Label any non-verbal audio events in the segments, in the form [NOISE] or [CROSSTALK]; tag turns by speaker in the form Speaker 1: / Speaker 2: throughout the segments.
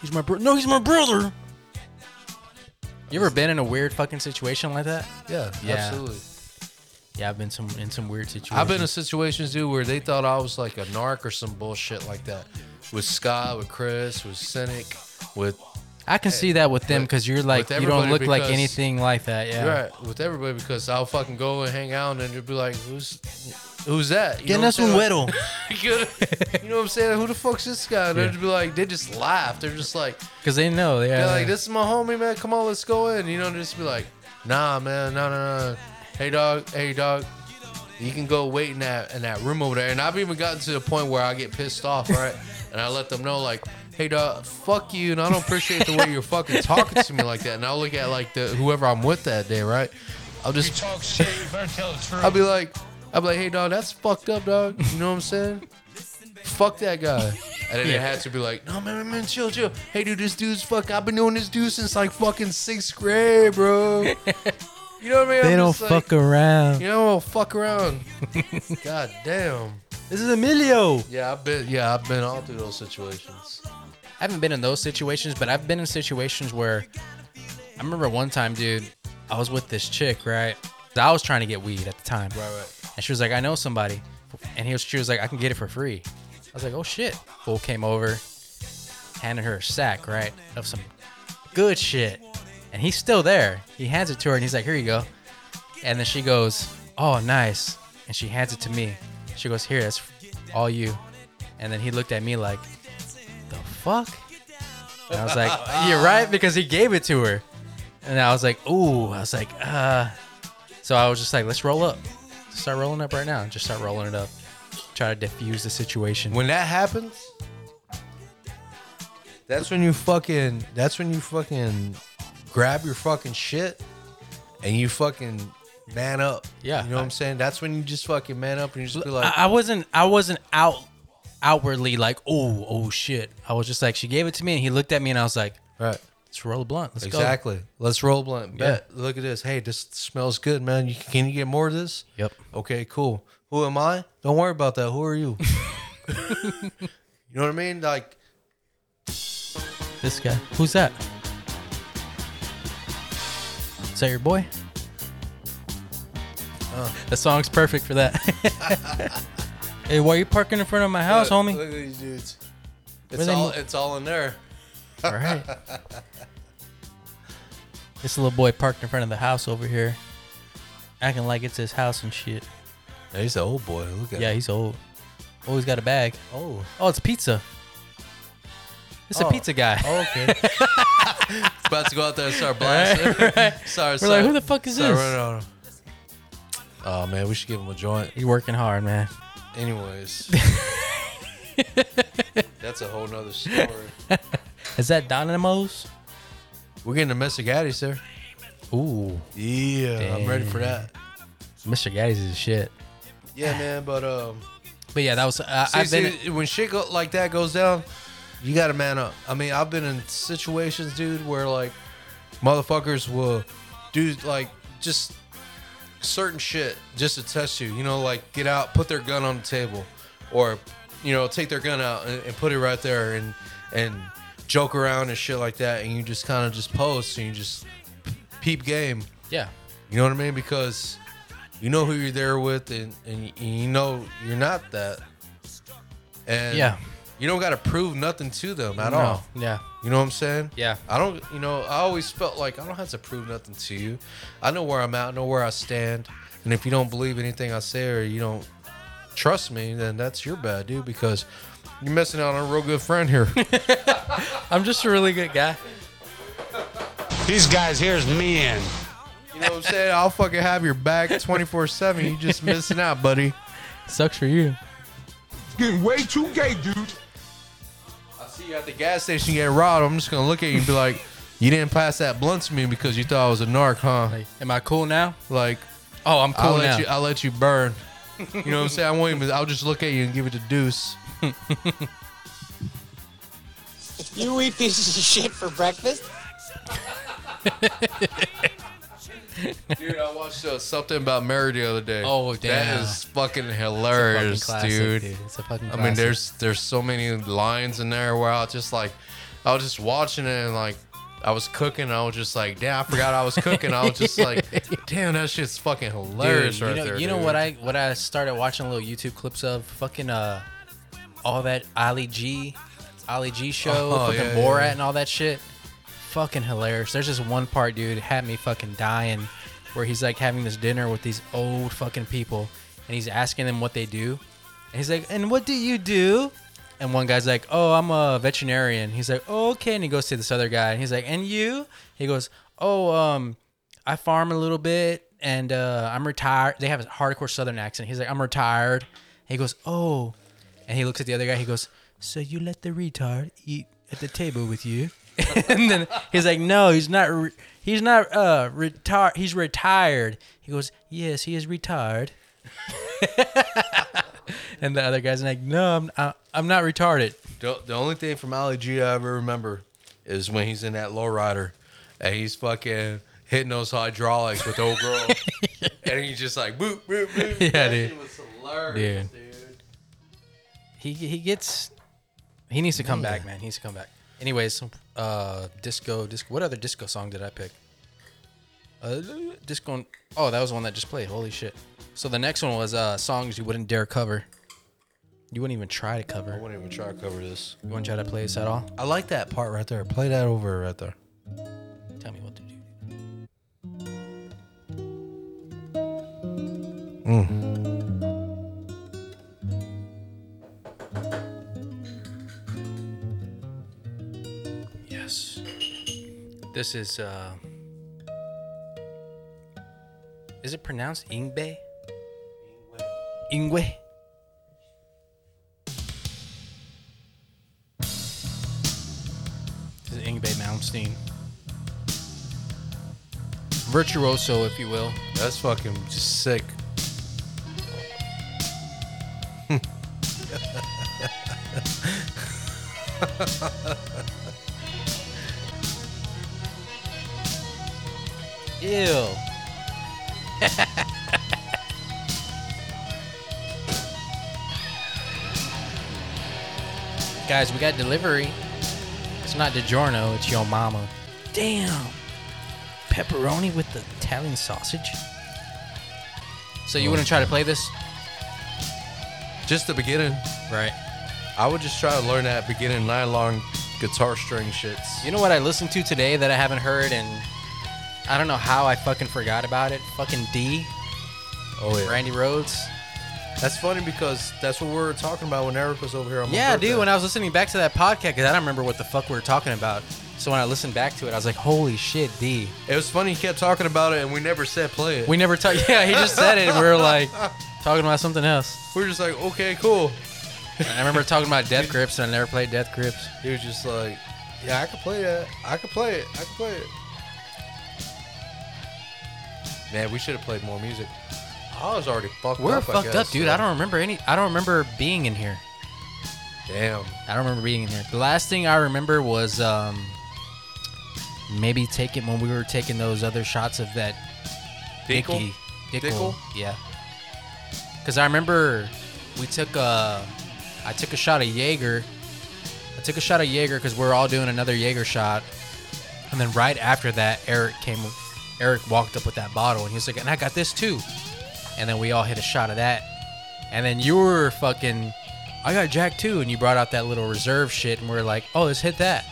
Speaker 1: He's my brother. No, he's my brother. You ever been in a weird fucking situation like that?
Speaker 2: Yeah,
Speaker 1: Yeah.
Speaker 2: absolutely.
Speaker 1: Yeah, I've been some in some weird situations.
Speaker 2: I've been in situations, dude, where they thought I was like a narc or some bullshit like that. With Scott, with Chris, with Cynic, with
Speaker 1: I can see that with them
Speaker 2: with-
Speaker 1: because you're like
Speaker 2: with
Speaker 1: you don't
Speaker 2: everybody
Speaker 1: look like
Speaker 2: because-
Speaker 1: anything like that. Yeah.
Speaker 2: right, with everybody because I'll fucking go and hang out and then you'll be like, who's who's that? You
Speaker 1: Getting
Speaker 2: know
Speaker 1: us
Speaker 2: what
Speaker 1: some
Speaker 2: I'm saying?
Speaker 1: [LAUGHS] Whittle.
Speaker 2: [LAUGHS] you know what I'm saying? Who the fuck's this guy? And
Speaker 1: Yeah.
Speaker 2: they'd be like, they just laugh. They're just like,
Speaker 1: Because they know. Yeah.
Speaker 2: they're like, this is my homie, man. Come on, let's go in. You know, just be like, nah, man, no, no, no. Hey, dog, hey, dog. You can go wait in that in that room over there. And I've even gotten to the point where I get pissed off, [LAUGHS] right? and I let them know, like, hey, dog, fuck you, and I don't appreciate the way you're fucking talking to me like that. And I'll look at like the whoever I'm with that day, right? I'll just
Speaker 3: Talk shit, you better tell the truth.
Speaker 2: I'll be like, I'll be like, hey, dog, that's fucked up, dog. You know what I'm saying? Fuck that guy. And then it had to be like, no, man, man, man, chill, chill. Hey, dude, this dude's fuck. I've been doing this dude since like fucking sixth grade, [LAUGHS] bro. You know what I mean?
Speaker 1: they
Speaker 2: I'm
Speaker 1: don't
Speaker 2: just like,
Speaker 1: fuck around.
Speaker 2: You know,
Speaker 1: [LAUGHS]
Speaker 2: fuck around. God damn.
Speaker 1: This is Emilio.
Speaker 2: Yeah, I've been. Yeah, I've been all through those situations.
Speaker 1: I haven't been in those situations, but I've been in situations where I remember one time, dude, I was with this chick, right? I was trying to get weed at the time.
Speaker 2: Right, right.
Speaker 1: And she was like, I know somebody. And he was, she was like, I can get it for free. I was like, oh shit. Bull came over, handed her a sack, right, of some good shit. And he's still there. He hands it to her and he's like, here you go. And then she goes, oh, nice. And she hands it to me. She goes, here, that's all you. And then he looked at me like, the fuck? And I was like, you're right, because he gave it to her. And I was like, ooh, I was like, uh. So I was just like, let's roll up. Start rolling up right now. Just start rolling it up. Try to diffuse the situation.
Speaker 2: When that happens, that's when you fucking. That's when you fucking grab your fucking shit, and you fucking man up.
Speaker 1: Yeah.
Speaker 2: you know what I'm saying. That's when you just fucking man up and you just be like,
Speaker 1: I, I wasn't I wasn't out outwardly like, oh, oh shit. I was just like, she gave it to me and he looked at me and I was like,
Speaker 2: right,
Speaker 1: let's roll a blunt. Let's go.
Speaker 2: exactly. Let's roll blunt. Bet. Look at this. Hey, this smells good, man. You, can you get more of this?
Speaker 1: Yep.
Speaker 2: Okay, cool. Who am I? Don't worry about that. Who are [LAUGHS] you? you know what I mean? Like,
Speaker 1: This guy. Who's that? Is that your boy?
Speaker 2: Uh.
Speaker 1: Oh, The song's perfect for
Speaker 2: [LAUGHS]
Speaker 1: that. hey, why are you parking in front of my house,
Speaker 2: look- [LAUGHS]
Speaker 1: homie?
Speaker 2: uh, Look at these dudes.
Speaker 1: Where
Speaker 2: It's
Speaker 1: they
Speaker 2: all.
Speaker 1: mo-
Speaker 2: It's all in there.
Speaker 1: All right. This little boy parked in front of the house over here, acting like it's his house and shit.
Speaker 2: Yeah, he's an old boy. Look at
Speaker 1: Yeah, he's old. Oh, he's got a bag.
Speaker 2: Oh.
Speaker 1: Oh, it's pizza. It's
Speaker 2: Oh.
Speaker 1: a pizza guy.
Speaker 2: Oh, okay. [LAUGHS] About to go out there and start blasting. [LAUGHS] sorry,
Speaker 1: We're like, who the fuck is this?
Speaker 2: Oh man, we should give him a joint.
Speaker 1: He's working hard, man. [LAUGHS]
Speaker 2: Anyways, that's a whole nother story.
Speaker 1: Is that Dynamos?
Speaker 2: We're getting a Mr. Gaddy, sir.
Speaker 1: Ooh,
Speaker 2: Yeah, I'm ready for that.
Speaker 1: Mr. Gaddy's is shit.
Speaker 2: Yeah, man, but um,
Speaker 1: But yeah, that was. Uh,
Speaker 2: see,
Speaker 1: I've been.
Speaker 2: see, when shit go, like that goes down, you gotta man up. I mean, I've been in situations, dude, where like motherfuckers will do like just certain shit just to test you. You know, like get out, put their gun on the table, or you know, take their gun out and, and put it right there, and and joke around and shit like that, and you just kind of just post and you just peep game.
Speaker 1: yeah.
Speaker 2: You know what I mean? Because you know who you're there with, and and, and you know you're not that. And
Speaker 1: Yeah.
Speaker 2: you don't got to prove nothing to them at
Speaker 1: No.
Speaker 2: all.
Speaker 1: Yeah.
Speaker 2: You know what I'm saying?
Speaker 1: Yeah.
Speaker 2: I don't. You know, I always felt like I don't have to prove nothing to you. I know where I'm at. I know where I stand. And if you don't believe anything I say or you don't trust me, then that's your bad, dude. Because you're missing out on a real good friend here. [LAUGHS]
Speaker 1: I'm just a really good guy.
Speaker 3: These guys here's men.
Speaker 2: you know what I'm saying? I'll fucking have your back 24 seven. You just missing out, buddy.
Speaker 1: Sucks for you.
Speaker 3: Getting way too gay, dude.
Speaker 2: I see you at the gas station getting robbed. I'm just gonna look at you and be like, "You didn't pass that blunt to me because you thought I was a narc, huh?"
Speaker 1: Like, am I cool now?
Speaker 2: Like,
Speaker 1: Oh, I'm cool
Speaker 2: I'll
Speaker 1: now.
Speaker 2: let you, I'll let you burn. You know what I'm saying? I won't even. I'll just look at you and give it to Deuce.
Speaker 4: You eat pieces of shit for breakfast?
Speaker 2: Dude, I watched uh, something about Mary the other day.
Speaker 1: Oh, damn.
Speaker 2: that is fucking
Speaker 1: It's a fucking
Speaker 2: hilarious,
Speaker 1: classic,
Speaker 2: dude.
Speaker 1: It's a fucking.
Speaker 2: I mean,
Speaker 1: classic.
Speaker 2: there's there's so many lines in there where I was just like, I was just watching it and like I was cooking. And I was just like, damn, I forgot I was cooking. I was
Speaker 1: [LAUGHS]
Speaker 2: just like, damn, that shit's fucking hilarious
Speaker 1: Dude, you
Speaker 2: right
Speaker 1: know,
Speaker 2: there.
Speaker 1: you know
Speaker 2: dude.
Speaker 1: what I what I started watching little YouTube clips of fucking uh all that Ali G, Ali G show,
Speaker 2: Oh,
Speaker 1: fucking
Speaker 2: yeah, yeah,
Speaker 1: Borat
Speaker 2: yeah.
Speaker 1: and all that shit. Fucking hilarious. There's this one part, dude, had me fucking dying, where he's like having this dinner with these old fucking people, and he's asking them what they do, and he's like, "And what do you do?" And one guy's like, "Oh, I'm a veterinarian." He's like, oh, "Okay," and he goes to this other guy, and he's like, "And you?" He goes, "Oh, um, I farm a little bit, and uh, I'm retired." They have a hardcore Southern accent. He's like, "I'm retired." He goes, "Oh," and he looks at the other guy. He goes, "So you let the retard eat at the table with you?" [LAUGHS] and then he's like, "No, he's not. Re- he's not uh retired. He's retired." He goes, "Yes, he is retired." and the other guy's like, "No, I'm I, I'm not retarded."
Speaker 2: The, the only thing from Ali G I ever remember is when he's in that lowrider and he's fucking hitting those hydraulics with the
Speaker 1: [LAUGHS]
Speaker 2: old girl. and he's just like, boop, boop, boop.
Speaker 1: Yeah,
Speaker 2: that
Speaker 1: dude.
Speaker 2: shit was hilarious, dude.
Speaker 1: He he gets he needs to come back, man. He needs to come back. Anyways, uh, disco disco. What other disco song did I pick? Uh, disco. Oh, that was the one that just played. Holy shit! So the next one was uh songs you wouldn't dare cover. You wouldn't even try to
Speaker 2: I
Speaker 1: cover.
Speaker 2: wouldn't even try to cover this.
Speaker 1: You wouldn't try to play this at all.
Speaker 2: I like that part right there. Play that over right there.
Speaker 1: Tell me what to do. Mm. Yes. This is uh Is it pronounced Ingbe? Ingwe. This is Ingbe Malmsteen. Virtuoso, if you will.
Speaker 2: That's fucking just sick.
Speaker 1: Ew. [LAUGHS] Guys, we got delivery. It's not DiGiorno, it's your mama. Damn. Pepperoni with the Italian sausage. So you wouldn't try to play this?
Speaker 2: Just the beginning.
Speaker 1: Right.
Speaker 2: I would just try to learn that beginning nine long guitar string shits.
Speaker 1: You know what I listened to today that I haven't heard and I don't know how I fucking forgot about it. Fucking D,
Speaker 2: Oh yeah.
Speaker 1: Randy Rhodes.
Speaker 2: That's funny because that's what we were talking about when Eric was over here. On my
Speaker 1: Yeah,
Speaker 2: birthday.
Speaker 1: dude. When I was listening back to that podcast, because I don't remember what the fuck we were talking about. So when I listened back to it, I was like, "Holy shit, D."
Speaker 2: it was funny. He kept talking about it, and we never said play it.
Speaker 1: We never talked. [LAUGHS] Yeah, he just said it. and We were
Speaker 2: [LAUGHS]
Speaker 1: like talking about something else.
Speaker 2: we were just like, okay, cool.
Speaker 1: And I remember talking about Death Grips, and I never played Death Grips.
Speaker 2: He was just like, yeah, I could play that. I could play it. I could play it. Man, we should have played more music. I was already fucked
Speaker 1: We're
Speaker 2: up. I
Speaker 1: fucked up,
Speaker 2: guess,
Speaker 1: dude.
Speaker 2: so-
Speaker 1: I don't remember any. I don't remember being in here.
Speaker 2: Damn.
Speaker 1: I don't remember being in here. The last thing I remember was um, maybe taking when we were taking those other shots of that Dicky.
Speaker 2: Dinkle?
Speaker 1: Dickle.
Speaker 2: Dickle?
Speaker 1: Yeah. Because I remember we took a, I took a shot of Jaeger. I took a shot of Jaeger because we are all doing another Jaeger shot. And then right after that, Eric came, Eric walked up with that bottle and he was like, and I got this too. And then we all hit a shot of that. And then you were fucking, I got Jack too. And you brought out that little reserve shit and we are like, oh, let's hit that.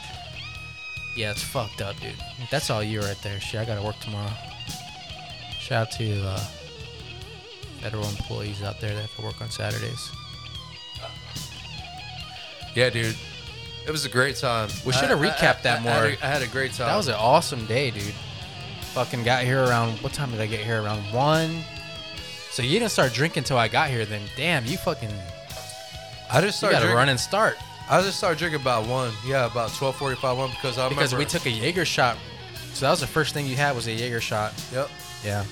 Speaker 1: Yeah, it's fucked up, dude. That's all you right there. Shit, I gotta work tomorrow. Shout out to uh, federal employees out there that have to work on Saturdays.
Speaker 2: Yeah, dude. It was a great time.
Speaker 1: We should have
Speaker 2: I- I-
Speaker 1: recapped that
Speaker 2: I-
Speaker 1: more.
Speaker 2: I, had, a, I had a great time.
Speaker 1: That was an awesome day, dude. Fucking got here around what time did I get here? Around one. So you didn't start drinking till I got here. Then damn, you fucking you
Speaker 2: I just started
Speaker 1: got to
Speaker 2: drinking.
Speaker 1: run and start
Speaker 2: I just started drinking about one. Yeah, about twelve forty-five one because I
Speaker 1: because
Speaker 2: remember.
Speaker 1: we took a Jaeger shot. So that was the first thing you had was a Jaeger shot.
Speaker 2: Yep.
Speaker 1: Yeah.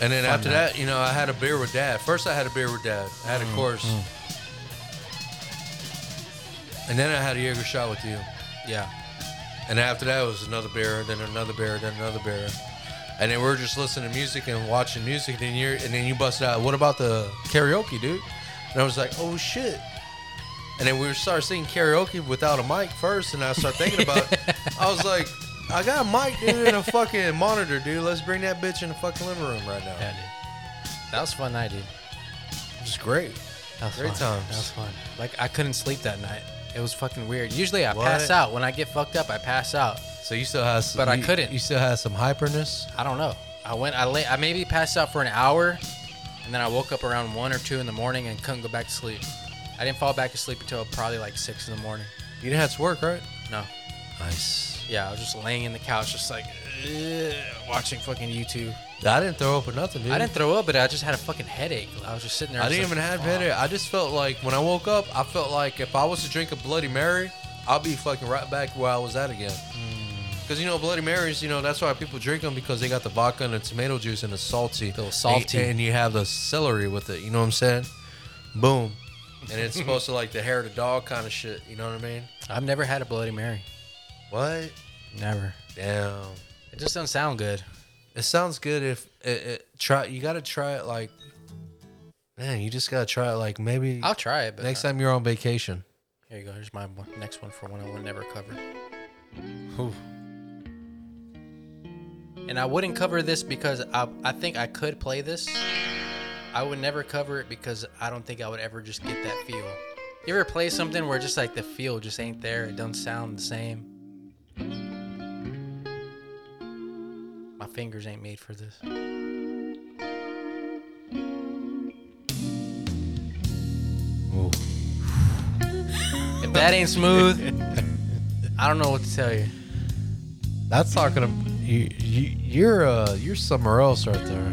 Speaker 2: And then after
Speaker 1: night. Mm,
Speaker 2: that, you know, I had a beer with dad. First, I had a beer with dad. I had a course. And then I had a Jaeger shot with you.
Speaker 1: Yeah.
Speaker 2: And after that, it was another beer, then another beer, then another beer. And then we were just listening to music and watching music. And then you and then you busted out. What about the karaoke, dude? And I was like, oh shit. And then we started singing karaoke without a mic first, and I started thinking about
Speaker 1: [LAUGHS]
Speaker 2: it. I was like, I got a mic, dude, and a fucking monitor, dude. Let's bring that bitch in the fucking living room right now.
Speaker 1: Yeah, dude. That was a fun night, dude.
Speaker 2: It was great.
Speaker 1: That was
Speaker 2: Great
Speaker 1: fun.
Speaker 2: times.
Speaker 1: That was fun. Like I couldn't sleep that night. It was fucking weird. Usually I
Speaker 2: What?
Speaker 1: pass out. When I get fucked up, I pass out.
Speaker 2: So you still have some,
Speaker 1: But I
Speaker 2: you-
Speaker 1: couldn't.
Speaker 2: You still have some hyperness?
Speaker 1: I don't know. I went. I lay. I maybe passed out for an hour, and then I woke up around one or two in the morning and couldn't go back to sleep. I didn't fall back asleep until probably like six in the morning.
Speaker 2: You didn't have to work, right?
Speaker 1: No.
Speaker 2: Nice.
Speaker 1: Yeah, I was just laying in the couch, just like ugh, watching fucking YouTube.
Speaker 2: I didn't throw up or nothing, dude.
Speaker 1: I didn't throw up, but I just had a fucking headache. I was just sitting there.
Speaker 2: I
Speaker 1: just
Speaker 2: didn't even
Speaker 1: like,
Speaker 2: have
Speaker 1: "Fuck."
Speaker 2: headache. I just felt like when I woke up, I felt like if I was to drink a Bloody Mary, I'll be fucking right back where I was at again. Because you know Bloody Marys, you know that's why people drink them because they got the vodka and the tomato juice and the salty,
Speaker 1: Little salty.
Speaker 2: and, and you have the celery with it. You know what I'm saying? Boom, and [LAUGHS] it's supposed to like the hair of the dog kind of shit. You know what I mean?
Speaker 1: I've never had a Bloody Mary.
Speaker 2: What?
Speaker 1: Never.
Speaker 2: Damn.
Speaker 1: It just doesn't sound good.
Speaker 2: It sounds good if it, it try. You gotta try it like, man. You just gotta try it like maybe
Speaker 1: I'll try it, but
Speaker 2: next time you're on vacation.
Speaker 1: Here you go. Here's my one, next one for one I would never cover. And I wouldn't cover this because I, I think I could play this. I would never cover it because I don't think I would ever just get that feel. You ever play something where just like the feel just ain't there? It don't sound the same. My fingers ain't made for this. If that ain't smooth, I don't know what to tell you.
Speaker 2: That's talking to you. you you're uh, you're somewhere else right there.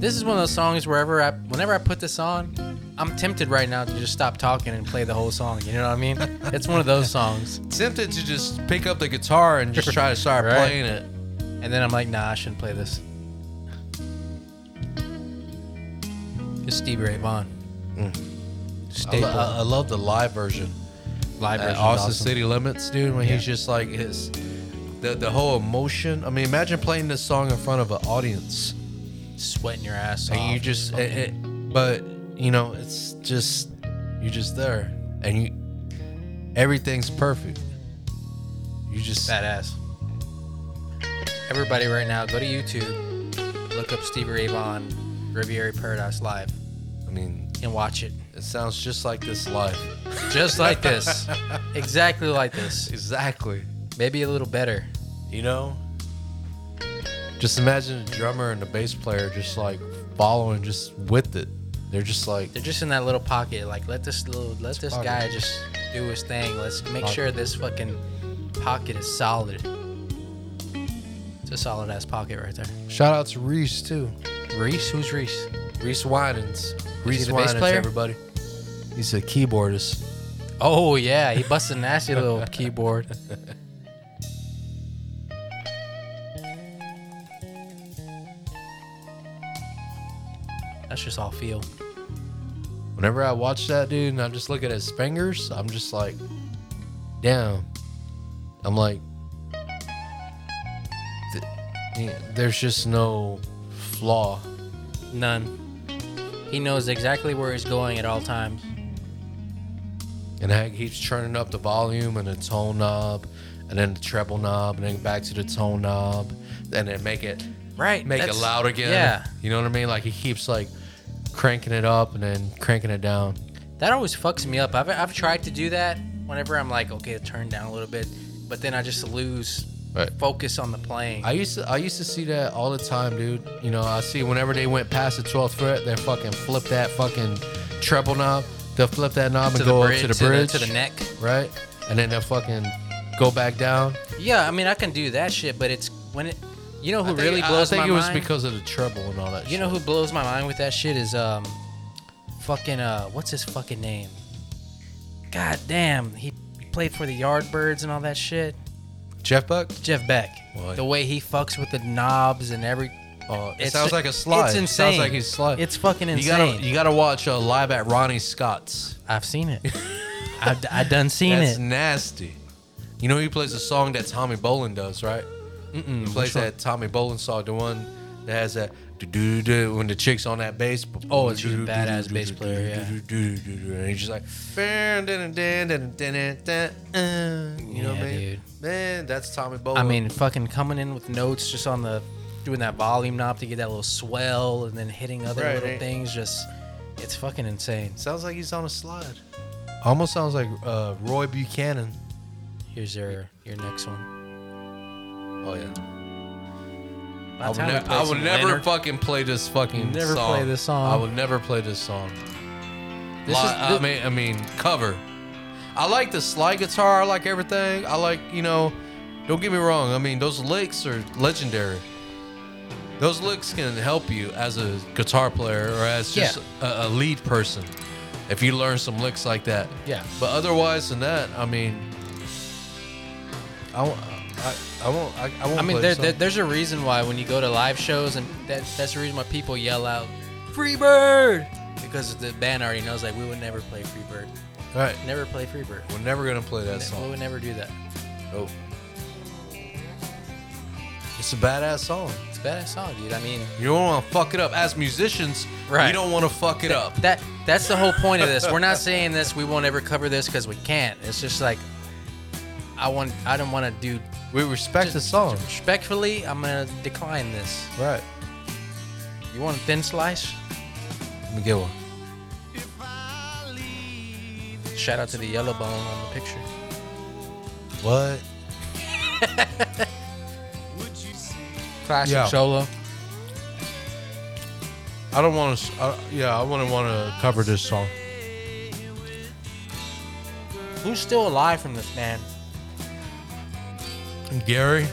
Speaker 1: This is one of those songs wherever I, whenever I put this on, I'm tempted right now to just stop talking and play the whole song. You know what I
Speaker 2: [LAUGHS]
Speaker 1: mean? It's one of those songs.
Speaker 2: Tempted to just pick up the guitar and just [LAUGHS] try to start
Speaker 1: Right.
Speaker 2: playing it.
Speaker 1: And then I'm like, nah, I shouldn't play this. It's Stevie Ray Vaughan.
Speaker 2: I,
Speaker 1: Staple.
Speaker 2: lo- I- I love the live version.
Speaker 1: live
Speaker 2: At
Speaker 1: version's
Speaker 2: Austin
Speaker 1: awesome.
Speaker 2: City Limits, dude. When
Speaker 1: Yeah.
Speaker 2: he's just like his, the the whole emotion. I mean, imagine playing this song in front of an audience,
Speaker 1: Sweating your ass off.
Speaker 2: and you just,
Speaker 1: fucking-
Speaker 2: it, it- but you know, it's just you're just there, and you everything's perfect. You just
Speaker 1: Badass. Everybody, right now, go to YouTube, look up Stevie Ray Vaughan, Riviera Paradise Live,
Speaker 2: I mean,
Speaker 1: and watch it.
Speaker 2: it sounds just like this life.
Speaker 1: Just like
Speaker 2: [LAUGHS]
Speaker 1: this. exactly like this.
Speaker 2: Exactly.
Speaker 1: Maybe a little better.
Speaker 2: You know? Just imagine the drummer and the bass player just like following just with it. They're just like
Speaker 1: They're just in that little pocket. Like, let this little, let this
Speaker 2: pocket.
Speaker 1: guy just do his thing. Let's make
Speaker 2: Pocket.
Speaker 1: sure this fucking pocket is solid. It's a solid ass pocket right there.
Speaker 2: shout out to Reese too.
Speaker 1: Reese, who's Reese?
Speaker 2: Reese Winans. Reese
Speaker 1: the bass
Speaker 2: Winans,
Speaker 1: player?
Speaker 2: everybody. He's a keyboardist.
Speaker 1: Oh yeah, he busts a nasty [LAUGHS] little keyboard. That's just all feel.
Speaker 2: Whenever I watch that dude and I just look at his fingers, I'm just like, damn. I'm like, th- yeah, there's just no flaw.
Speaker 1: None. He knows exactly where he's going at all times.
Speaker 2: and that keeps turning up the volume and the tone knob and then the treble knob and then back to the tone knob and then make it
Speaker 1: Right.
Speaker 2: make it
Speaker 1: that's-
Speaker 2: loud again
Speaker 1: Yeah.
Speaker 2: you know what i mean like he keeps like cranking it up and then cranking it down
Speaker 1: That always fucks me up. I've, I've tried to do that whenever I'm like, okay, turn down a little bit, but then I just lose
Speaker 2: Right.
Speaker 1: focus on the playing.
Speaker 2: i used to i used to see that all the time dude you know i see whenever they went past the 12th fret they fucking flip that fucking treble knob they'll flip that knob and go up to the bridge
Speaker 1: to the, neck.
Speaker 2: right and then they'll fucking go back down
Speaker 1: Yeah, I mean, I can do that shit, but it's when it, you know, who
Speaker 2: I think-
Speaker 1: really
Speaker 2: I-
Speaker 1: blows
Speaker 2: i think
Speaker 1: my
Speaker 2: it was
Speaker 1: mind.
Speaker 2: because of the treble and all that
Speaker 1: you know who blows my mind with that shit is um, fucking uh, what's his fucking name? God damn, he played for the Yardbirds and all that shit.
Speaker 2: jeff buck
Speaker 1: Jeff Beck.
Speaker 2: What?
Speaker 1: The way he fucks with the knobs and every.
Speaker 2: Oh, it
Speaker 1: It's-
Speaker 2: sounds like a slide.
Speaker 1: it's
Speaker 2: Sounds
Speaker 1: insane.
Speaker 2: like he's slide.
Speaker 1: It's fucking
Speaker 2: You gotta,
Speaker 1: insane.
Speaker 2: you gotta watch uh, live at Ronnie Scott's.
Speaker 1: I've seen
Speaker 2: [LAUGHS]
Speaker 1: it. I, I done seen
Speaker 2: That's
Speaker 1: it.
Speaker 2: nasty. You know he plays a song that Tommy Bolin does, right? Mm-mm, he plays that Tommy Bolin song, the one that has that do-do-do when the chick's on that bass.
Speaker 1: Oh, it's just a badass bass player, yeah.
Speaker 2: Do-do-do-do-do-do-do. And he's just like, "Dun, dun, dun, dun, dun, dun, dun." you know what I
Speaker 1: Yeah,
Speaker 2: mean?
Speaker 1: dude.
Speaker 2: Man, that's Tommy Bowen.
Speaker 1: I mean, fucking coming in with notes just on the doing that volume knob to get that little swell and then hitting other
Speaker 2: Right,
Speaker 1: little
Speaker 2: ain't-
Speaker 1: things. Just it's fucking insane.
Speaker 2: sounds like he's on a slide. Almost sounds like uh, Roy Buchanan.
Speaker 1: Here's your your next one.
Speaker 2: Oh yeah.
Speaker 1: By
Speaker 2: I
Speaker 1: the
Speaker 2: would,
Speaker 1: time we
Speaker 2: ne-
Speaker 1: play
Speaker 2: I would
Speaker 1: some
Speaker 2: never
Speaker 1: Leonard-
Speaker 2: fucking play this fucking
Speaker 1: Never
Speaker 2: song.
Speaker 1: play this song.
Speaker 2: I would never play this song.
Speaker 1: This
Speaker 2: Li-
Speaker 1: is-
Speaker 2: I
Speaker 1: this-
Speaker 2: mean, I mean, cover. I like the slide guitar. I like everything. I like, you know, don't get me wrong. I mean, those licks are legendary. Those licks can help you as a guitar player or as just a, a lead person if you learn some licks like that.
Speaker 1: Yeah.
Speaker 2: But otherwise than that, I mean, I won't. I, I won't. I, I won't.
Speaker 1: I mean, there,
Speaker 2: play this song.
Speaker 1: there, there's a reason why when you go to live shows, and that, that's the reason why people yell out "Freebird" because the band already knows like we would never play Freebird,
Speaker 2: All right.
Speaker 1: never play Freebird.
Speaker 2: We're never gonna play that
Speaker 1: We
Speaker 2: song.
Speaker 1: would never do that.
Speaker 2: Nope. It's a badass song.
Speaker 1: It's a badass song, dude. I mean,
Speaker 2: You don't want to fuck it up. As musicians,
Speaker 1: Right.
Speaker 2: you don't want to fuck
Speaker 1: [LAUGHS]
Speaker 2: it up.
Speaker 1: that that's the whole point of this. We're not saying this. We won't ever cover this because we can't. It's just like I want. I don't want to do.
Speaker 2: We respect the song.
Speaker 1: Respectfully, I'm gonna decline this.
Speaker 2: Right.
Speaker 1: You want a thin slice?
Speaker 2: Let me get one.
Speaker 1: Shout out to the yellow bone on the picture.
Speaker 2: What?
Speaker 1: Classic
Speaker 2: Yeah.
Speaker 1: solo.
Speaker 2: I don't want to. Uh, yeah, I wouldn't want to cover this song.
Speaker 1: Who's still alive from this man?
Speaker 2: Gary.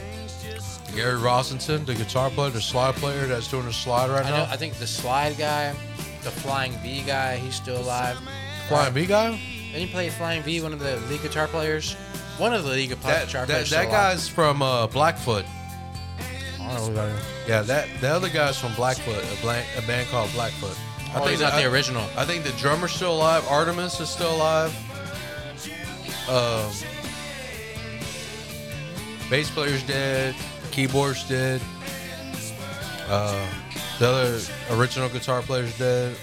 Speaker 2: Gary Rossington, the guitar player, the slide player that's doing the slide right
Speaker 1: I know.
Speaker 2: now.
Speaker 1: I think the slide guy, the flying V guy, he's still alive. Uh,
Speaker 2: Flying B guy?
Speaker 1: Then you play flying V, one of the lead guitar players. One of the lead guitar
Speaker 2: That,
Speaker 1: guitar
Speaker 2: that,
Speaker 1: players.
Speaker 2: that
Speaker 1: still alive.
Speaker 2: guy's from uh, Blackfoot.
Speaker 1: I don't know about him.
Speaker 2: Yeah, that the other guy's from Blackfoot, a, blank, a band called Blackfoot.
Speaker 1: Oh, he's not
Speaker 2: I-
Speaker 1: the original.
Speaker 2: I think the drummer's still alive. Artemis is still alive. Um, bass player's dead. Keyboard's dead. Uh, the other original guitar player's dead.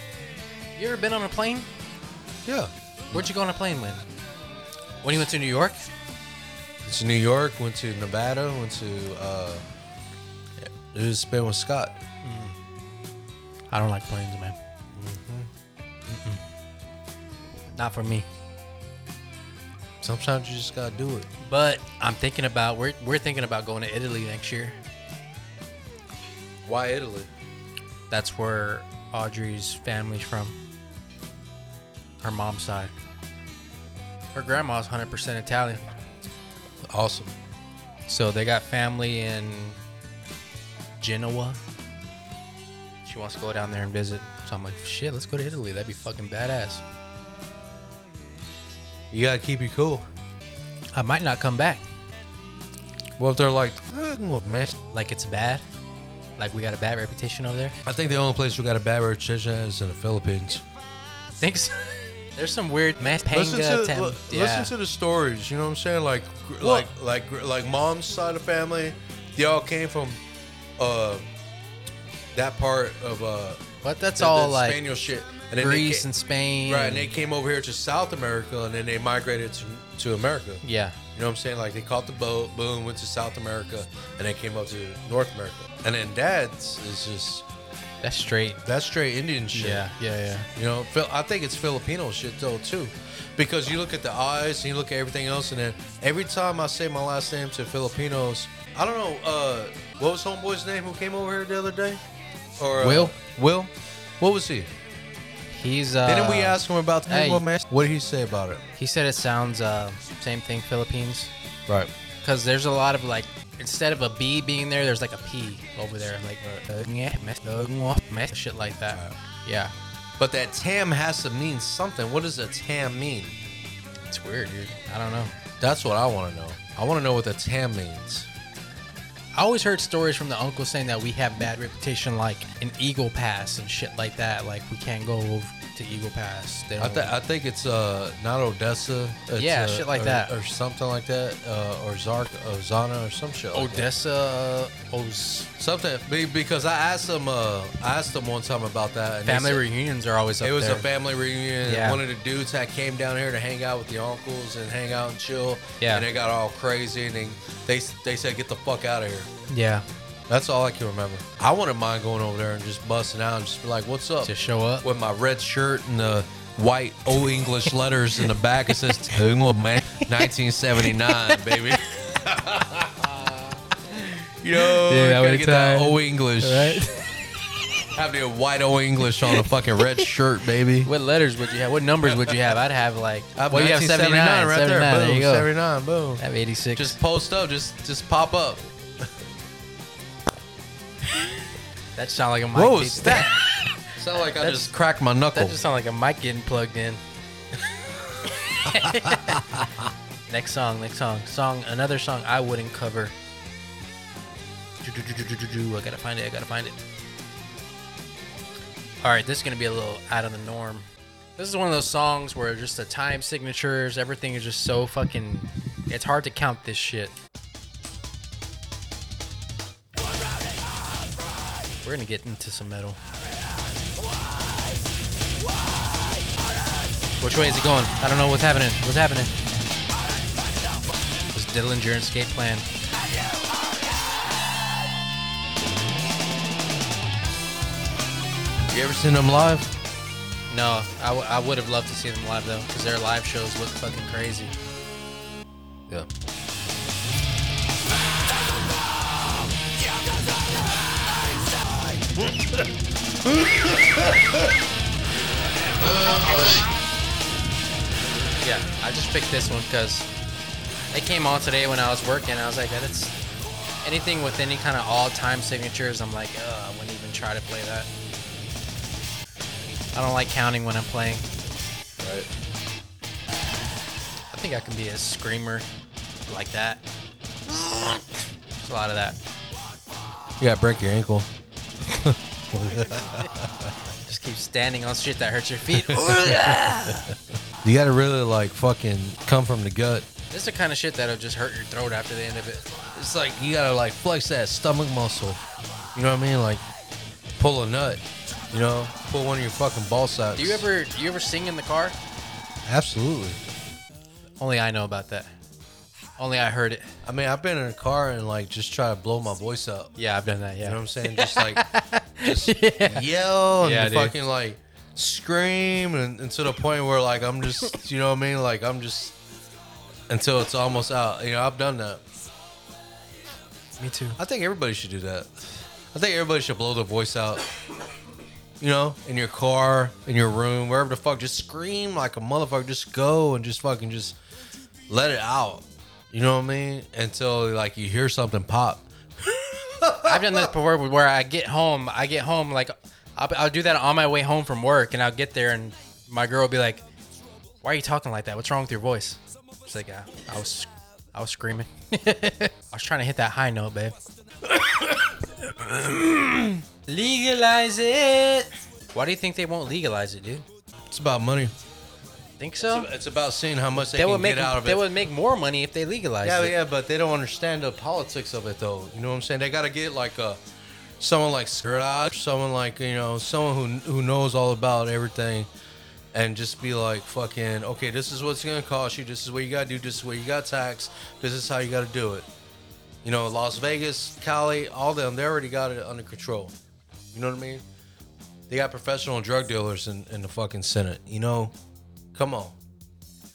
Speaker 1: You ever been on a plane?
Speaker 2: Yeah,
Speaker 1: Where'd you go on a plane with? When you went to New York?
Speaker 2: it's New York. Went to Nevada. Went to. Uh, it was been with Scott.
Speaker 1: I don't like planes, man. Mm-hmm. Mm-mm. Not for me.
Speaker 2: Sometimes you just gotta do it.
Speaker 1: But I'm thinking about we're we're thinking about going to Italy next year.
Speaker 2: Why Italy?
Speaker 1: That's where Audrey's family's from. Her mom's side. Her grandma's 100% Italian.
Speaker 2: Awesome.
Speaker 1: So they got family in Genoa. She wants to go down there and visit. So I'm like, shit, let's go to Italy. That'd be fucking badass.
Speaker 2: You gotta keep you cool.
Speaker 1: I might not come back.
Speaker 2: Well, if they're like, "Eh, well, man,
Speaker 1: Like it's bad. Like we got a bad reputation over there.
Speaker 2: I think the only place we got a bad reputation is in the Philippines.
Speaker 1: Thanks. [LAUGHS] There's some weird man
Speaker 2: Listen
Speaker 1: panga
Speaker 2: to,
Speaker 1: tem-
Speaker 2: li-
Speaker 1: yeah.
Speaker 2: listen to the stories. You know what I'm saying? Like, gr- like, like, gr- like, mom's side of family, they all came from uh, that part of uh,
Speaker 1: but that's
Speaker 2: the- the
Speaker 1: all like
Speaker 2: Spaniel shit. And then they
Speaker 1: Greece
Speaker 2: ca-
Speaker 1: and Spain.
Speaker 2: right, and they came over here to South America, and then they migrated to, to America.
Speaker 1: yeah.
Speaker 2: You know what I'm saying? Like they caught the boat, boom, went to South America, and then came up to North America. And then dad's is just
Speaker 1: That's straight.
Speaker 2: that's straight Indian shit.
Speaker 1: Yeah. Yeah. Yeah.
Speaker 2: You know, Phil- I think it's Filipino shit though too, because you look at the eyes and you look at everything else, and then every time I say my last name to Filipinos, I don't know uh, what was homeboy's name who came over here the other day, or uh,
Speaker 1: Will?
Speaker 2: Will, what was he?
Speaker 1: He's uh
Speaker 2: Didn't we ask him about the
Speaker 1: hey.
Speaker 2: what man? What did he say about it?
Speaker 1: He said it sounds uh same thing Philippines.
Speaker 2: Right.
Speaker 1: Because there's a lot of like, instead of a B being there, there's like a P over there. Like, uh, shit like that. Yeah.
Speaker 2: But that tam has to mean something. What does a tam mean?
Speaker 1: It's weird, dude. I don't know.
Speaker 2: That's what I want to know. I want to know what the tam means.
Speaker 1: I always heard stories from the uncle saying that we have bad reputation, like an Eagle Pass and shit like that. Like, we can't go over, to Eagle Pass. They
Speaker 2: I,
Speaker 1: don't,
Speaker 2: th- I think it's uh not Odessa. It's,
Speaker 1: Yeah,
Speaker 2: uh,
Speaker 1: shit like
Speaker 2: or-
Speaker 1: that.
Speaker 2: or something like that, uh, or Zark, Ozana, or some shit. Like that.
Speaker 1: Odessa, uh, Oz.
Speaker 2: Something be- because I asked them. Uh, I asked them one time about that. And they
Speaker 1: Family
Speaker 2: said-
Speaker 1: reunions are always up
Speaker 2: It was
Speaker 1: there.
Speaker 2: a family reunion.
Speaker 1: Yeah.
Speaker 2: and One of the dudes that came down here to hang out with the uncles and hang out and chill.
Speaker 1: Yeah.
Speaker 2: And they got all crazy and they they, they said get the fuck out of here.
Speaker 1: yeah,
Speaker 2: That's all I can remember. I wouldn't mind going over there and just busting out and just be like, "What's up?"
Speaker 1: to show up.
Speaker 2: with my red shirt and the white old English letters in the back. It says "Tungle Man 1979, baby." [LAUGHS] Yo,
Speaker 1: Yeah, that
Speaker 2: gotta
Speaker 1: would've
Speaker 2: get that
Speaker 1: tied.
Speaker 2: old English. [LAUGHS] Have the white old English on a fucking red shirt, baby.
Speaker 1: [LAUGHS]
Speaker 2: [LAUGHS]
Speaker 1: What letters would you have? What numbers would you have? I'd have like.
Speaker 2: Uh,
Speaker 1: well, you have 79,
Speaker 2: 1979
Speaker 1: right 79, there.
Speaker 2: Boom,
Speaker 1: you go.
Speaker 2: 79, boom.
Speaker 1: I have 86.
Speaker 2: Just post up. Just just pop up.
Speaker 1: that sound like a mic.
Speaker 2: What
Speaker 1: beat-
Speaker 2: [LAUGHS] was that? Sound like I
Speaker 1: That's-
Speaker 2: just cracked my knuckle.
Speaker 1: That just sound like a mic getting plugged in. next song, next song, song, another song I wouldn't cover. Do-do-do-do-do-do-do. I gotta find it. I gotta find it. All right, this is gonna be a little out of the norm. This is one of those songs where just the time signatures, everything is just so fucking. It's hard to count this shit. We're gonna get into some metal. Which way is it going? I don't know what's happening. What's happening? This Dillinger and Escape Plan.
Speaker 2: you ever seen them live?
Speaker 1: No, I, w- I would have loved to see them live though, because their live shows look fucking crazy.
Speaker 2: Yeah.
Speaker 1: Yeah, I just picked this one because it came on today when I was working. I was like, that's anything with any kind of all time signatures. I'm like, Ugh, I wouldn't even try to play that. I don't like counting when I'm playing.
Speaker 2: Right.
Speaker 1: I think I can be a screamer like that. There's a lot of that.
Speaker 2: You gotta break your ankle.
Speaker 1: Just keep standing on shit that hurts your feet.
Speaker 2: You gotta really like fucking come from the gut.
Speaker 1: This is the kind of shit that'll just hurt your throat after the end of it.
Speaker 2: It's like you gotta like flex that stomach muscle. You know what I mean? Like pull a nut. You know, pull one of your fucking ball sacks.
Speaker 1: Do you ever do you ever sing in the car?
Speaker 2: Absolutely.
Speaker 1: Only I know about that. Only I heard it.
Speaker 2: I mean, I've been in a car and like just try to blow my voice up.
Speaker 1: Yeah, I've done that.
Speaker 2: You know what
Speaker 1: Yeah.
Speaker 2: I'm saying?
Speaker 1: [LAUGHS]
Speaker 2: Just like just yell and
Speaker 1: Yeah, dude.
Speaker 2: fucking like scream and, and to the point where like I'm just you know what I mean? Like I'm just until it's almost out. You know, I've done that.
Speaker 1: Me too.
Speaker 2: I think everybody should do that. I think everybody should blow their voice out. You know, in your car, in your room, wherever the fuck, just scream like a motherfucker. Just go and just fucking just let it out. You know what I mean? Until like you hear something pop.
Speaker 1: I've done this before where I get home. I get home like I'll, I'll do that on my way home from work, and I'll get there, and my girl will be like, "Why are you talking like that? What's wrong with your voice?" It's like I, I was, I was screaming. [LAUGHS] I was trying to hit that high note, babe. [COUGHS] legalize it. Why do you think they won't legalize it, dude?
Speaker 2: It's about money.
Speaker 1: Think so?
Speaker 2: It's about seeing how much they,
Speaker 1: They
Speaker 2: can
Speaker 1: would make
Speaker 2: get out of
Speaker 1: they
Speaker 2: it.
Speaker 1: would make more money if they legalized
Speaker 2: yeah,
Speaker 1: it.
Speaker 2: yeah, but they don't understand the politics of it though. You know what I'm saying? They gotta get like a someone like Siraj, someone like you know, someone who who knows all about everything, and just be like, fucking, okay, this is what's gonna cost you. This is what you gotta do. This is what you got to tax. This is how you gotta do it. You know, Las Vegas, Cali, all them, they already got it under control. You know what I mean? They got professional drug dealers in, in the fucking Senate. You know, come on.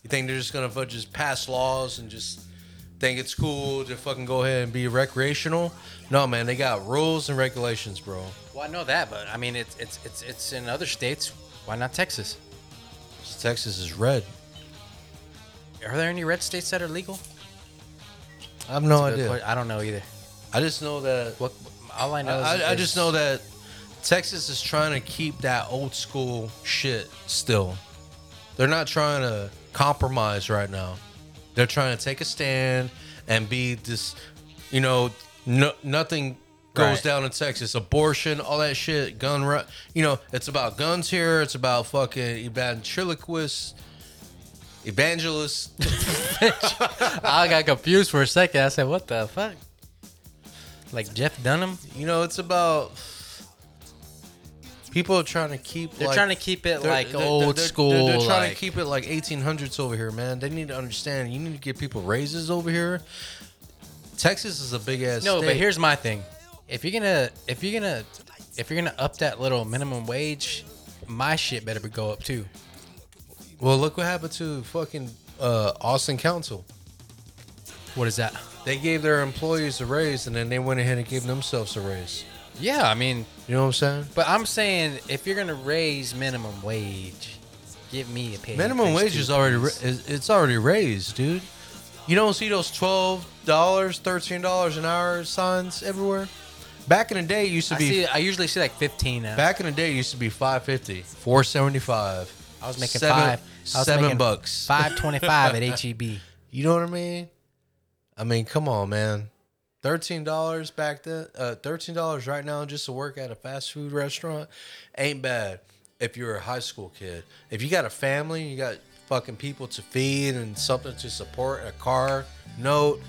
Speaker 2: You think they're just gonna fu- just pass laws and just think it's cool to fucking go ahead and be recreational? No, man, they got rules and regulations, bro.
Speaker 1: Well, I know that, but I mean, it's it's it's it's in other states. Why not Texas?
Speaker 2: Texas is red.
Speaker 1: Are there any red states that are legal?
Speaker 2: I have no
Speaker 1: Good
Speaker 2: idea.
Speaker 1: que- I don't know either.
Speaker 2: I just know that.
Speaker 1: What? All I
Speaker 2: I,
Speaker 1: know is,
Speaker 2: I, I
Speaker 1: is- [LAUGHS]
Speaker 2: just know that Texas is trying to keep that old school shit still. They're not trying to compromise right now. They're trying to take a stand and be this, you know, no, nothing goes
Speaker 1: Right.
Speaker 2: down in Texas. Abortion, all that shit, gun run. You know, it's about guns here. It's about fucking ventriloquists, evangelists.
Speaker 1: I got confused for a second. I said, "What the fuck?" Like Jeff Dunham?
Speaker 2: You know, it's about people are trying to keep.
Speaker 1: They're
Speaker 2: like-
Speaker 1: trying to keep it
Speaker 2: they're-
Speaker 1: like
Speaker 2: they're- they're-
Speaker 1: old
Speaker 2: they're- they're-
Speaker 1: school.
Speaker 2: They're, trying
Speaker 1: like,
Speaker 2: to keep it like 1800s over here, man. They need to understand. You need to give people raises over here. Texas is a big ass.
Speaker 1: no, but
Speaker 2: state.
Speaker 1: here's my thing: if you're gonna, if you're gonna, if you're gonna up that little minimum wage, my shit better be- go up too.
Speaker 2: Well, look what happened to fucking uh, Austin Council.
Speaker 1: What is that?
Speaker 2: They gave their employees a raise, and then they went ahead and gave themselves a raise.
Speaker 1: Yeah, I mean,
Speaker 2: You know what I'm saying?
Speaker 1: but I'm saying if you're gonna raise minimum wage, give me a pay.
Speaker 2: Minimum
Speaker 1: increase
Speaker 2: wage
Speaker 1: too,
Speaker 2: is already ra-
Speaker 1: please.
Speaker 2: is, it's already raised, dude. You don't see those twelve dollars, thirteen dollars an hour signs everywhere. Back in the day, it used to
Speaker 1: I
Speaker 2: be
Speaker 1: see. uh, I usually see like 15 now.
Speaker 2: back in the day it used to be 550, 475.
Speaker 1: I was making
Speaker 2: seven,
Speaker 1: five. I was
Speaker 2: seven
Speaker 1: making
Speaker 2: bucks.
Speaker 1: Five twenty-five at E HEB.
Speaker 2: You know what I mean? I mean, come on, man. Thirteen dollars back then, uh, thirteen dollars right now just to work at a fast food restaurant ain't bad. If you're a high school kid, if you got a family, you got fucking people to feed and something to support, a car, note,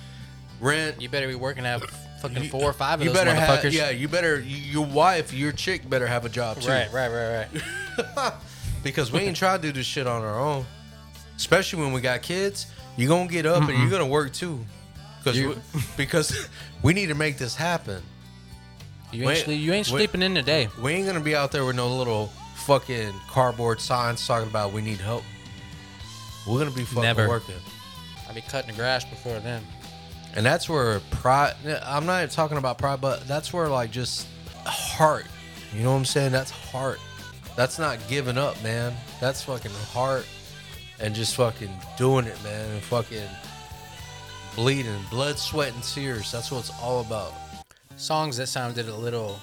Speaker 1: [LAUGHS]
Speaker 2: rent.
Speaker 1: You better be working at fucking four or five of
Speaker 2: you
Speaker 1: those
Speaker 2: better
Speaker 1: motherfuckers.
Speaker 2: have, yeah. You better y- your wife, your chick better have a job too,
Speaker 1: Right, right, right, right.
Speaker 2: [LAUGHS] Because we ain't trying to do this shit on our own, especially when we got kids. You gonna get up and you're gonna work too, because
Speaker 1: You-
Speaker 2: we, [LAUGHS] because we need to make this happen.
Speaker 1: You ain't,
Speaker 2: Wait,
Speaker 1: sleep, you ain't
Speaker 2: wait.
Speaker 1: sleeping in today.
Speaker 2: We ain't gonna be out there with no little fucking cardboard signs talking about we need help. We're gonna be fucking
Speaker 1: Never.
Speaker 2: working,
Speaker 1: I'll be cutting the grass before then.
Speaker 2: and that's where pride. I'm not even talking about pride, but that's where like just heart. You know what I'm saying? That's heart. That's not giving up, man. That's fucking heart, and just fucking doing it, man, and fucking bleeding, blood, sweat, and tears. That's what it's all about.
Speaker 1: Songs that sounded a little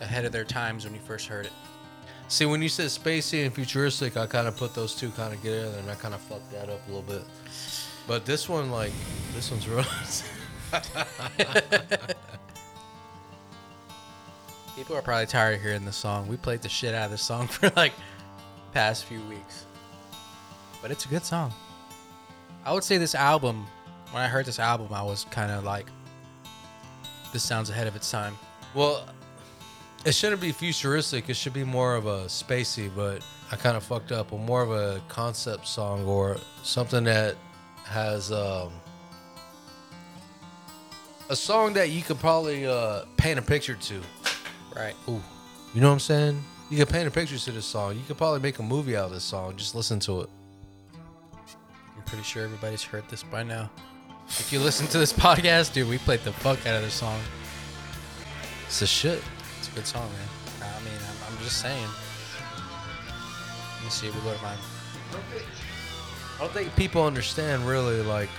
Speaker 1: ahead of their times when you first heard it.
Speaker 2: See, when you said spacey and futuristic, I kind of put those two kind of together, and I kind of fucked that up a little bit. But this one, like, this one's [LAUGHS] real.
Speaker 1: People are probably tired of hearing this song. We played the shit out of this song [LAUGHS] for like past few weeks. But it's a good song. I would say this album, when I heard this album, I was kind of like, this sounds ahead of its time.
Speaker 2: well, it shouldn't be futuristic. It should be more of a spacey, but I kind of fucked up. Or more of a concept song or something that has um, a song that you could probably uh, paint a picture to.
Speaker 1: Right.
Speaker 2: Ooh. You know what I'm saying? You could paint a picture to this song. You could probably make a movie out of this song. Just listen to it.
Speaker 1: I'm pretty sure everybody's heard this by now. [LAUGHS] If you listen to this podcast, dude, we played the fuck out of this song.
Speaker 2: It's the shit.
Speaker 1: It's a good song, man. I mean, I'm, I'm just saying. Let me see if we go to mine.
Speaker 2: I don't think people understand really like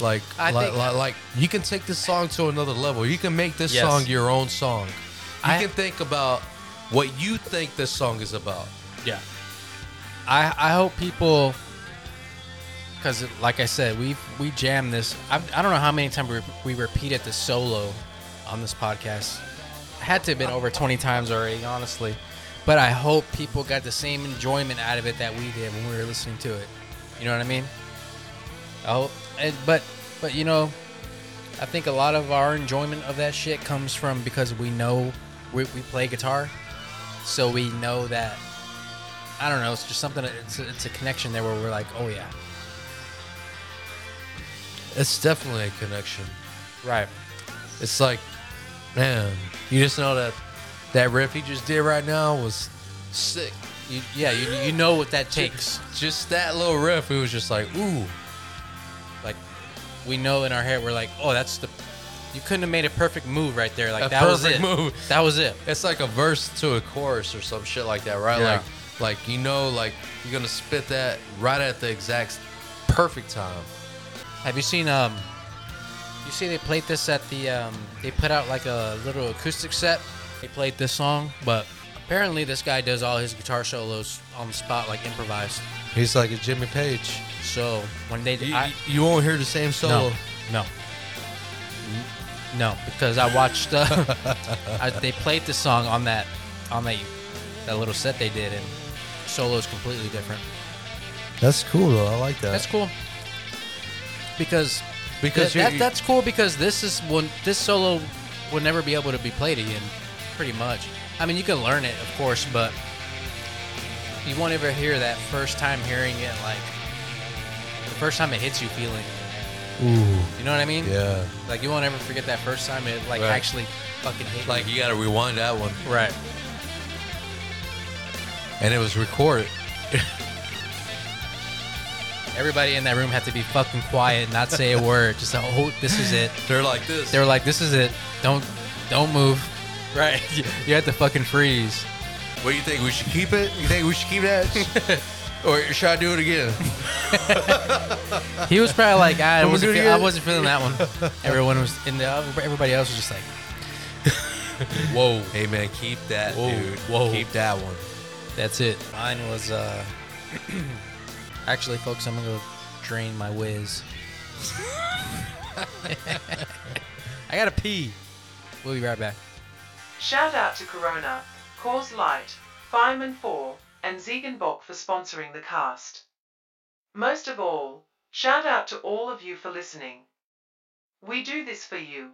Speaker 2: like
Speaker 1: I
Speaker 2: like,
Speaker 1: think-
Speaker 2: like like you can take this song to another level. You can make this
Speaker 1: Yes.
Speaker 2: song your own song. You
Speaker 1: I-
Speaker 2: can think about what you think this song is about.
Speaker 1: Yeah. I I hope people, because like I said, we we jammed this. I, I don't know how many times we, we repeated the solo on this podcast. Had to have been over 20 times already, honestly. But I hope people got the same enjoyment out of it that we did when we were listening to it. You know what I mean? I hope. And, but but you know, I think a lot of our enjoyment of that shit comes from because we know we, we play guitar, so we know that I don't know. It's just something. It's a, it's a connection there where we're like, oh yeah,
Speaker 2: It's definitely a connection.
Speaker 1: right.
Speaker 2: It's like, man, you just know that that riff he just did right now was sick.
Speaker 1: You, yeah, you, you know what that takes.
Speaker 2: Just that little riff, it was just like, ooh,
Speaker 1: Like, we know in our head, we're like, oh, that's the. You couldn't have made a perfect move right there. Like
Speaker 2: A
Speaker 1: that was it.
Speaker 2: perfect move.
Speaker 1: That was it.
Speaker 2: It's like a verse to a chorus or some shit like that, right?
Speaker 1: Yeah.
Speaker 2: Like, like you know, like you're gonna spit that right at the exact perfect time.
Speaker 1: Have you seen um? You see, they played this at the um. They put out like a little acoustic set. They played this song, but apparently this guy does all his guitar solos on the spot, like improvised.
Speaker 2: He's like a Jimmy Page.
Speaker 1: So when they,
Speaker 2: You,
Speaker 1: I,
Speaker 2: you won't hear the same solo.
Speaker 1: no, no, No, because I watched. Uh, [LAUGHS] I, they played this song on that, on that, that little set they did, and solo's completely different.
Speaker 2: Uh, That's cool though. I like that.
Speaker 1: That's cool. Because
Speaker 2: Because
Speaker 1: because
Speaker 2: you-
Speaker 1: that,
Speaker 2: you-
Speaker 1: that's cool because this is one this solo will never be able to be played again, pretty much. I mean, you can learn it, of course, but you won't ever hear that first time hearing it like the first time it hits you feeling.
Speaker 2: Ooh,
Speaker 1: You know what I mean?
Speaker 2: yeah.
Speaker 1: Like you won't ever forget that first time it like
Speaker 2: Right.
Speaker 1: actually fucking hit.
Speaker 2: Like you got to rewind that one,
Speaker 1: you. right.
Speaker 2: and it was recorded.
Speaker 1: Everybody in that room had to be fucking quiet, not say a word. Just like, oh, this is it.
Speaker 2: They're like this.
Speaker 1: they were like, "This is it. Don't, don't move." Right. You, [LAUGHS] you had to fucking freeze.
Speaker 2: what do you think? We should keep it? You think we should keep that? [LAUGHS] or should I do it again?
Speaker 1: He was probably like, "Ah, "I
Speaker 2: Wanna
Speaker 1: wasn't,
Speaker 2: do
Speaker 1: feel,
Speaker 2: it
Speaker 1: I
Speaker 2: again?"
Speaker 1: wasn't feeling that one." Everyone was in the. Everybody else was just like,
Speaker 2: [LAUGHS] Whoa. Hey man, keep that,
Speaker 1: Whoa,
Speaker 2: dude.
Speaker 1: whoa.
Speaker 2: Keep that one.
Speaker 1: "That's it." Mine was. uh [CLEARS THROAT] Actually, folks, I'm gonna go drain my whiz. [LAUGHS] I gotta pee. We'll be right back.
Speaker 5: Shout out to Corona, Cause Light, Fireman 4, and Ziegenbock for sponsoring the cast. Most of all, shout out to all of you for listening. We do this for you.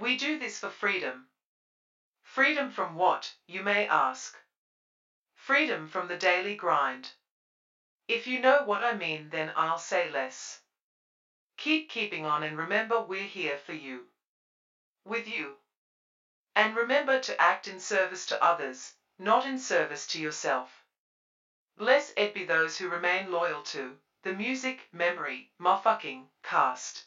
Speaker 5: We do this for freedom. Freedom from what, you may ask? Freedom from the daily grind. If you know what I mean, then I'll say less. Keep keeping on and remember we're here for you. With you. And remember to act in service to others, not in service to yourself. Blessed be those who remain loyal to the music, memory, my fucking cast.